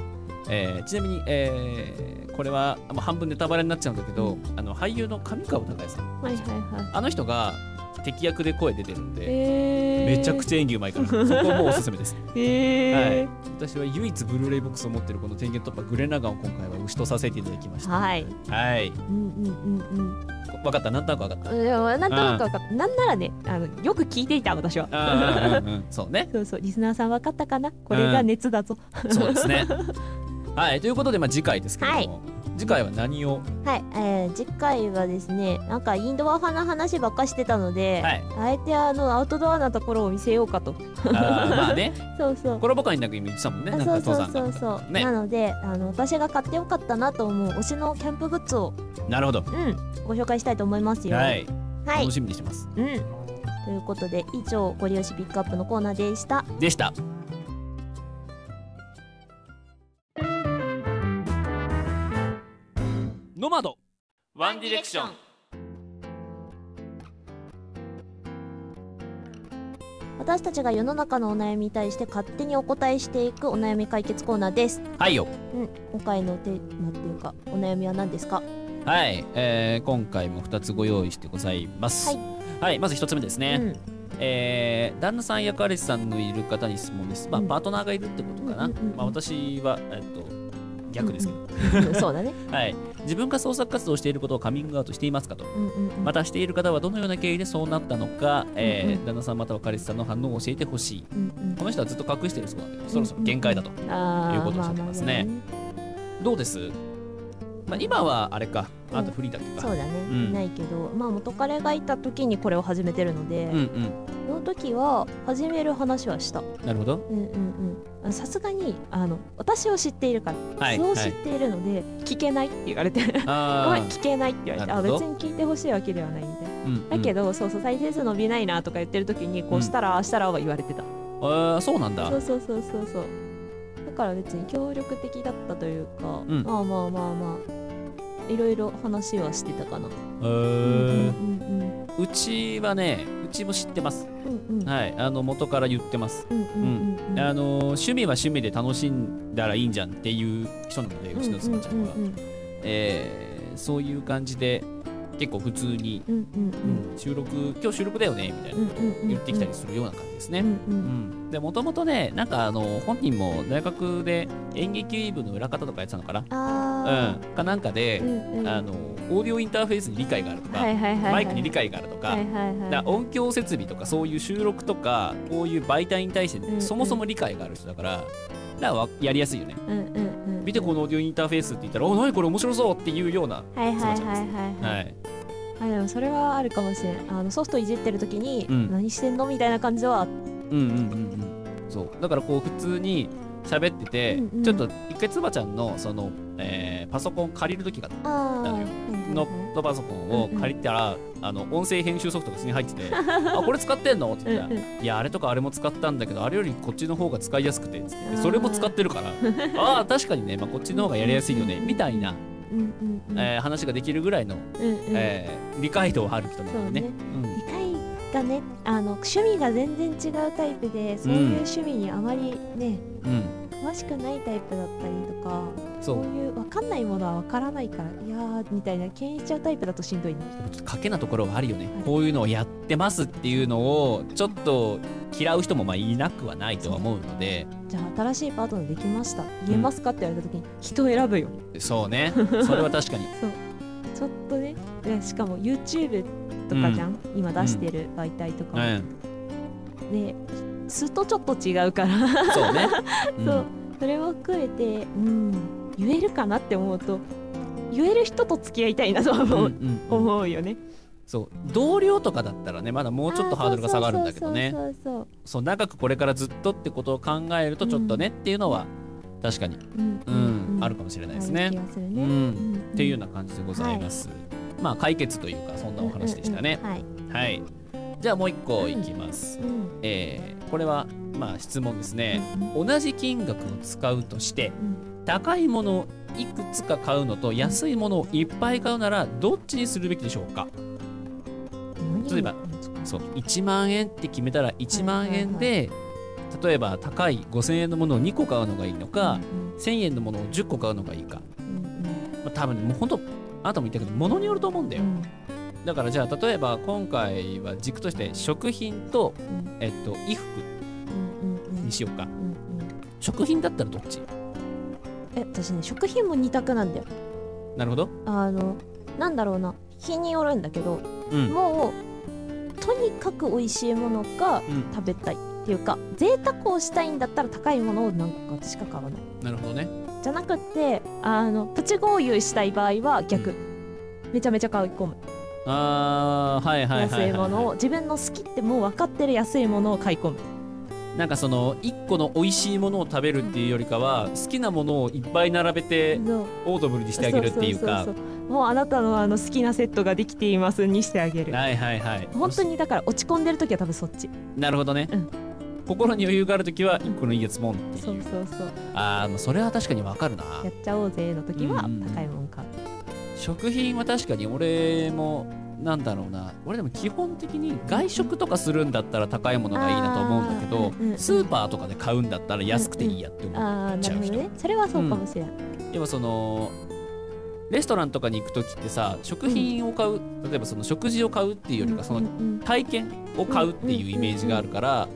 えーちなみに、えーこれは、まあ、半分ネタバレになっちゃうんだけど、あの俳優の上川隆也さんはいはいはいあの人が敵役で声出てるんで、えめちゃくちゃ演技うまいから、 そこもおすすめ です。ゃえ私は唯一ブルーレイボックスを持ってるこの天元突破グレナガンを今回は牛とさせていただきましー、た。はいはい。うんうんうんわかった、なんとなくわかった。うんいやなんとなくわかったなんならねあのよく聞いていた私はあーうんうんうんそうね。そうそうリスナーさんわかったかなこれが熱だぞ、そうですね。はい、ということで、まあ、次回ですけれども、次回は何を。はい、えー、次回はですねなんかインドア派の話ばっかしてたので、はい。あえてあのアウトドアなところを見せようかとあーまあね、そうそうコラボ会になく今言ってたもんね、あなんそかうそ登う山そうが。そう、ねなのであの私が買ってよかったなと思う推しのキャンプグッズを、なるほど。うん、ご紹介したいと思いますよ。はい、はい楽しみにしてます。うん、ということで以上「ご利用しピックアップ」のコーナーでした。でした。ノマド。ワンディレクション。私たちが世の中のお悩みに対して勝手にお答えしていくお悩み解決コーナーです。はいよ。うん、今回のテーマっていうかお悩みは何ですかはい、えー今回も2つご用意してございます。はい、まず1つ目ですね、うんえー旦那さんや彼氏さんのいる方に質問です。まあ、うんパートナーがいるってことかな。うんうんうんまあ、私は、えっと、逆ですけど、 うんそうだね。はい、自分が創作活動をしていることをカミングアウトしていますかと。うんうんうんまたしている方はどのような経緯でそうなったのか、えーうんうん旦那さんまたは彼氏さんの反応を教えてほしい。うんこの人はずっと隠してるそうなんで、そろそろ限界だと。うん、あいーうことになってますねどうですまあ、今はあれか、あとフリーだっけまあまあか。そうだね、んいないけどまあ元彼がいた時にこれを始めてるので、うんうん。の時は始める話はしたなるほ ど。うんうんうんあさすがにあの私を知っているから、はい素をは知い。っているので聞けないって言われてごあめん聞けないって言われてあなる別ほどに聞いてほしいわけではないみたいなーうんだけど、ど、そうそう再生数伸びないなとか言ってる時にこうしたら、ああしたらは言われてたあーそうなんだそ。うそうそうそうそうだから別に協力的だったというか、うんまあまあまあまあいろいろ話はしてたかなえうんうんーうんうちはね、うちも知ってます。うんうんはい、あの元から言ってます。うんうんうんうんあの趣味は趣味で楽しんだらいいんじゃんっていう人なので、うちの妻ちゃんはう。んうんえーそういう感じで、結構普通に、うんうんうん収録、今日収録だよねみたいなうんうんうん言ってきたりするような感じですねう。んううんん、でもともとね、なんかあの本人も大学で演劇部の裏方とかやってたのかな、あうん、かなんかーでう、んうんあのオーディオインターフェースに理解があるとか、はいはいはいはいマイクに理解があるとか、はいはいはいだから音響設備とかそういう収録とかこういう媒体に対しうんうてんそもそも理解がある人だから、だからわやりやすいよね。うんうんうん見てこのオーディオインターフェースって言ったら「お何これ面白そう!」っていうような、はいはいはいはいはい、はい、あでもそれはあるかもしれんあのソフトいじってる時に、うん何してんのみたいな感じはあうっんうんうんうんそうだからこう普通に喋ってて、うんうんちょっと一回つばちゃんのその、えーパソコン借りる時があったたあなーるノットパソコンを借りたら、あの音声編集ソフトが普通に入って て「あこれ使ってんの?」って言ったらうんういやあれとかあれも使ったんだけどあれよりこっちの方が使いやすくて」つってあーそれも使ってる から「ああ確かにね、まあ、こっちの方がやりやすいよね」みたいな、うんうんうんえー話ができるぐらいの、うんうんえー理解度はある人なのでねそう理解がねあの趣味が全然違うタイプでそういう趣味にあまりね、うん、うん、詳しくないタイプだったりとかそそうういう分かんないものは分からないからいやーみたいな牽引しちゃうタイプだとしんどいねちょっと賭けなところはあるよねこういうのをやってますっていうのをちょっと嫌う人もまあいなくはないとは思うのでじゃあ新しいパートナーできました言えますかって言われた時に人を選ぶよそうねそれは確か にちょっとねでしかも YouTube とかじゃん、今出してる媒体とかうも、んで素とちょっと違うから、そうね、うん そうそれも含めてうん言えるかなって思うと言える人と付き合いたいなとは思う,、うんうんうん思うよねそう同僚とかだったらねまだもうちょっとハードルが下がるんだけどねそうそうそうそう長くこれからずっとってことを考えるとちょっとねっていうのは確かに、そううんうんあるかもしれないですあねる気。がするうね、ん、んっていうような感じでございます。まあ解決というかそんなお話でしたね。うんうんうんはいはいじゃあもう一個いきます。うんえーこれはまあ質問ですね。うん同じ金額を使うとして高いものをいくつか買うのと安いものをいっぱい買うならどっちにするべきでしょうかうん例えばそう1万円って決めたら1万円で、例えば高い5,000円のものを2個買うのがいいのか、うん1,000円のものを10個買うのがいいか、うんうんまあ、多分もうほんとあなたも言ったけど物によると思うんだよ、うんだからじゃあ例えば今回は軸として食品と、んえっと衣服うんうんうんにしようかうんうん食品だったらどっちえ私ね食品も二択なんだよなるほどあのなんだろうな日によるんだけどうんもうとにかく美味しいものがうん食べたいっていうか贅沢をしたいんだったら高いものを何個かしか買わないなるほどねじゃなくってあのプチ豪遊したい場合は逆、うめちゃめちゃ買い込むあーはいはいはい安はいい,、ものを自分の好きってもう分かってる安いものを買い込むなんかその1個の美味しいものを食べるっていうよりかは好きなものをいっぱい並べてそうオードブルにしてあげるっていうかそうそうそうもうあなたのあの好きなセットができていますにしてあげるはいはいはい本当にだから落ち込んでる時は多分そっちなるほどね、うん心に余裕がある時は一個のいいやつもんっていうそうそうそうあーまあそれは確かにわかるなやっちゃおうぜの時はうんうんうん高いもん買う食品は確かに俺もなんだろうな俺でも基本的に外食とかするんだったら高いものがいいなと思うんだけあど、ーうんうんスーパーとかで買うんだったら安くていいやって思う、ああなるほどねそれはそうかもしれない、でもそのレストランとかに行く時ってさ食品を買う、例えばその食事を買うっていうよりかそのの体験を買うっていうイメージがあるから、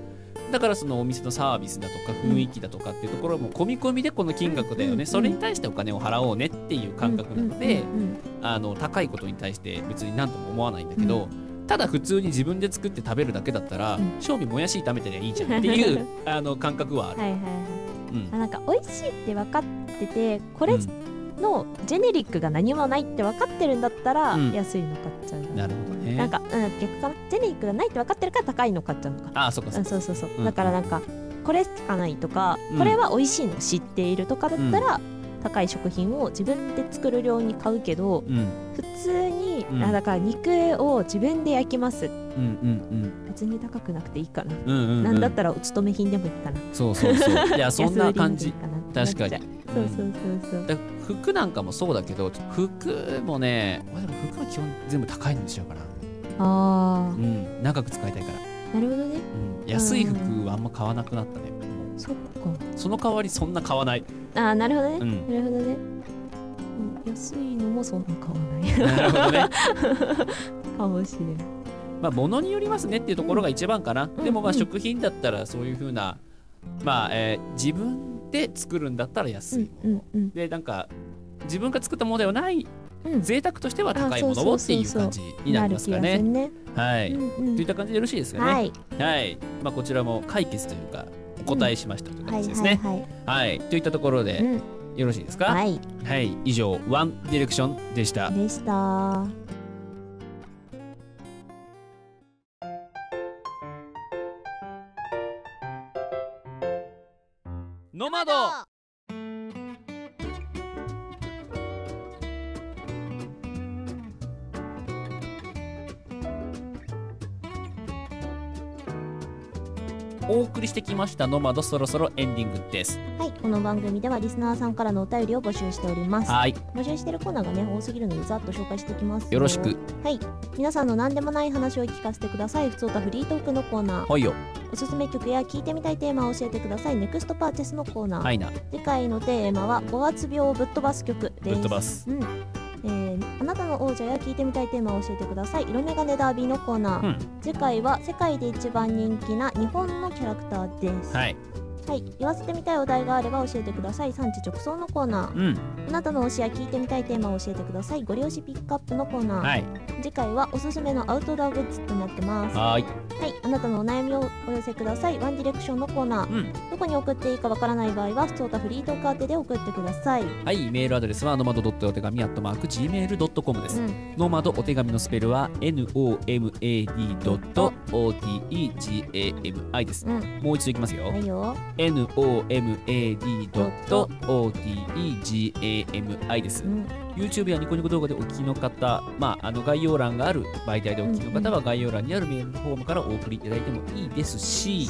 だからそのお店のサービスだとか雰囲気だとかっていうところも込み込みでこの金額だようんうねんそれに対してお金を払おうねっていう感覚なのであの高いことに対して別に何とも思わないんだけどただ普通に自分で作って食べるだけだったらうん正味もやし炒めてりゃいいじゃんっていう あの感覚はある。はいはいはいうんあなんか美味しいって分かっててうこれんのジェネリックが何もないって分かってるんだったら、うん安いの買っちゃうななるほどねなんか、うん、逆かなジェネリックがないって分かってるから高いの買っちゃうのかなああそっかそうっんかそうそうそう、うんだからなんかこれしかないとか、うんこれは美味しいの知っているとかだったら、高い食品を自分で作る量に買うけどうん普通に、うんあだから肉を自分で焼きますうんうん別に高くなくていいかな、うんうんうんうんなんだったらお勤め品でもいいかなそうそうそういやそんな感じ安売確かにりでもいいななっちゃうそうそうそうそう、だから服なんかもそうだけど服もねまあでも服は基本全部高いんでしょうからあうん長く使いたいから、あなるほどねうん、安い服はあんま買わなくなったねもうそっかその代わりそんな買わないああなるほどね、うんなるほどねうん安いのもそんな買わない なるほどねかもしれないまあ物によりますねっていうところが一番かな、んでもまあうん食品だったらそういうふうなまあ、えー自分で作るんだったら安いもの、うんうんうんでなんか自分が作ったものではない、うん贅沢としては高いあものをっていうそうそうそうそう感じになりますかね。なるはい、気がするね。うんうんといった感じでよろしいですかね。はい、はい、まあ、こちらも解決というか、お答えしましたというは感いじですはいね。はい。はい、といったところうで、ん、よろしいですか。はい、はい、以上、ワンディレクションでした。でした。ノマド。お送りしてきましたノマド、そろそろエンディングです。はい、この番組ではリスナーさんからのお便りを募集しております。はい、募集してるコーナーがね、多すぎるので、ざっと紹介していきます。よろしく。。はい、皆さんの何でもない話を聞かせてください。ふつおたフリートークのコーナー、ほいよ、おすすめ曲や聞いてみたいテーマを教えてください。ネクストパーチェスのコーナー。はいな、次回のテーマは五月病をぶっ飛ばす曲です。ぶっ飛ばす。うん。えー、あなたの王者や聞いてみたいテーマを教えてください色眼鏡ダービーのコーナー、うん次回は世界で一番人気な日本のキャラクターですはい、はい言わせてみたいお題があれば教えてください産地直送のコーナうん、ーあなたの推しや聞いてみたいテーマを教えてくださいご利用しピックアップのコーナー、はい、次回はおすすめのアウトドアグッズとなってますははーい、いあなたのお悩みをお寄せくださいワンディレクションのコーナーうん。どこに送っていいかわからない場合は普通たフリートーク宛てで送ってください、うはい、メールアドレスはノマドドットお手紙アットマーク gmail.com です。ん、ノマドお手紙のスペルは nomad.otegami です。うんもう一度いきますよ。はいよ nomad.otegami ですう。ん YouTube やニコニコ動画でお聞きの方、まあ、あの概要欄がある媒体でお聞きの方は概要欄にあるメールフォームからお送りいただいてもいいですし、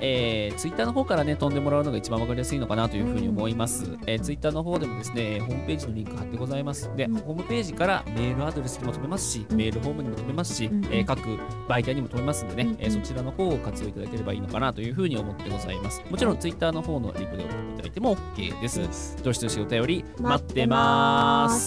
えー、Twitter の方からね飛んでもらうのが一番わかりやすいのかなというふうに思います、えー、Twitter の方でもですねホームページのリンク貼ってございますで、うんホームページからメールアドレスにも飛べますし、うんメールフォームにも飛べますし、うんえー各媒体にも飛べますんでね、うんえーそちらの方を活用いただければいいのかなというふうに思ってございますもちろん Twitter の方のリンクで送っていただいても OK ですどしどしお便り待ってます待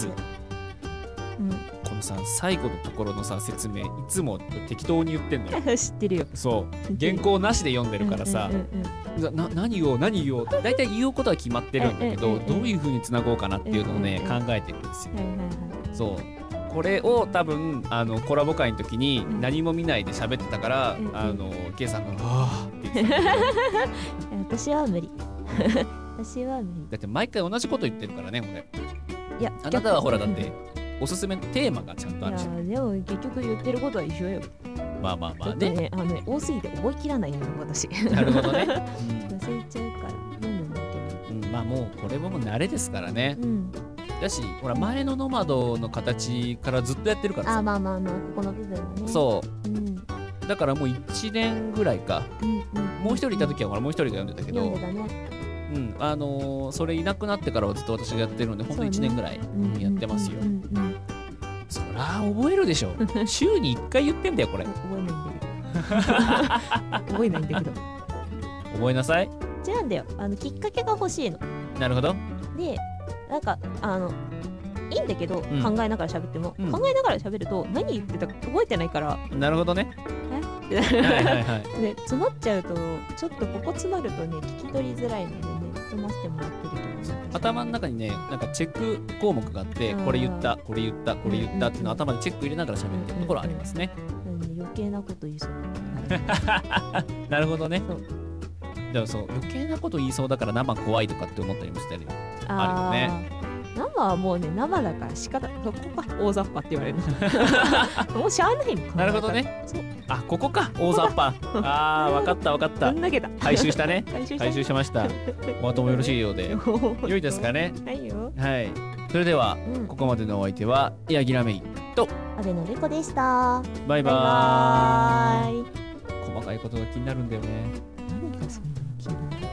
うん このさ最後のところのさ説明いつも適当に言ってんのよ知ってるよ そう原稿なしで読んでるからさ、うんうんうんうんなな何を何を大体言おうことは決まってるんだけうんうどんうんどういうふうにつなごうかなっていうのをねうんう考んえてるんですよ。はいはいはいそうこれを多分あのコラボ会の時にん何も見ないで喋ってたからうんうんあの K さんが「ああ」って言って たいや私は無理 私は無だって毎回同じこと言ってるからね俺理いやあなたはほらだっいておすすめのテーマがちゃんとあやるじゃんでも結局言ってることは一緒よまあまあまちょあっとねねあのね多すぎて覚えきらないのよ私な忘るほどね、 れちゃうからどんどんだうんうんまあもうこれはもう慣れですからねけどうんだしほら前の「ノマド」の形からずっとやってるからあさまあまあまあここの部分はねそううんうんだからもう1年ぐらいかうんもう一人いた時はほらもう一人が読んでたけ読んどで、たねうんあのーそれいなくなってからはずっと私がやってるのでほんと1そうね年ぐらいうんやってますようんうんうんうんそら覚えるで しょ週に1回言ってんだよこれ覚え ないんだけど覚えないんだけど覚えなさい違うんだよあのきっかけが欲しいのなるほどでなんかあのいいんだけど、ん考えながら喋っても、うん考えながら喋ると何言ってたか覚えてないからなるほどねえはいはいはいね詰まっちゃうとちょっとここ詰まるとね聞き取りづらいのでね詰ませてもらってると思います頭の中にねなんかチェック項目があってあーこれ言ったこれ言ったこれ言ったっていうのをうんうん頭でチェック入れながら喋ってるところありますねうん余計なこと言いそうなるほどねそうでもそう余計なこと言いそうだから生怖いとかって思ったりもしたりあーあるよ生はもうね生だから仕方ここが大雑把って言われ るのもうしゃあないもんなるほどねそうあここか大雑把ああ分かった分かっぶたん投げた回収したね回収した回収しましたお後もよろ しいようで良いですかねはいよ、はいそれではうん、ここまでのお相手はヤギラメイ安倍のりこでしたバイバイババーイーイ細かいことが気になるんだよね何がそんなに気になる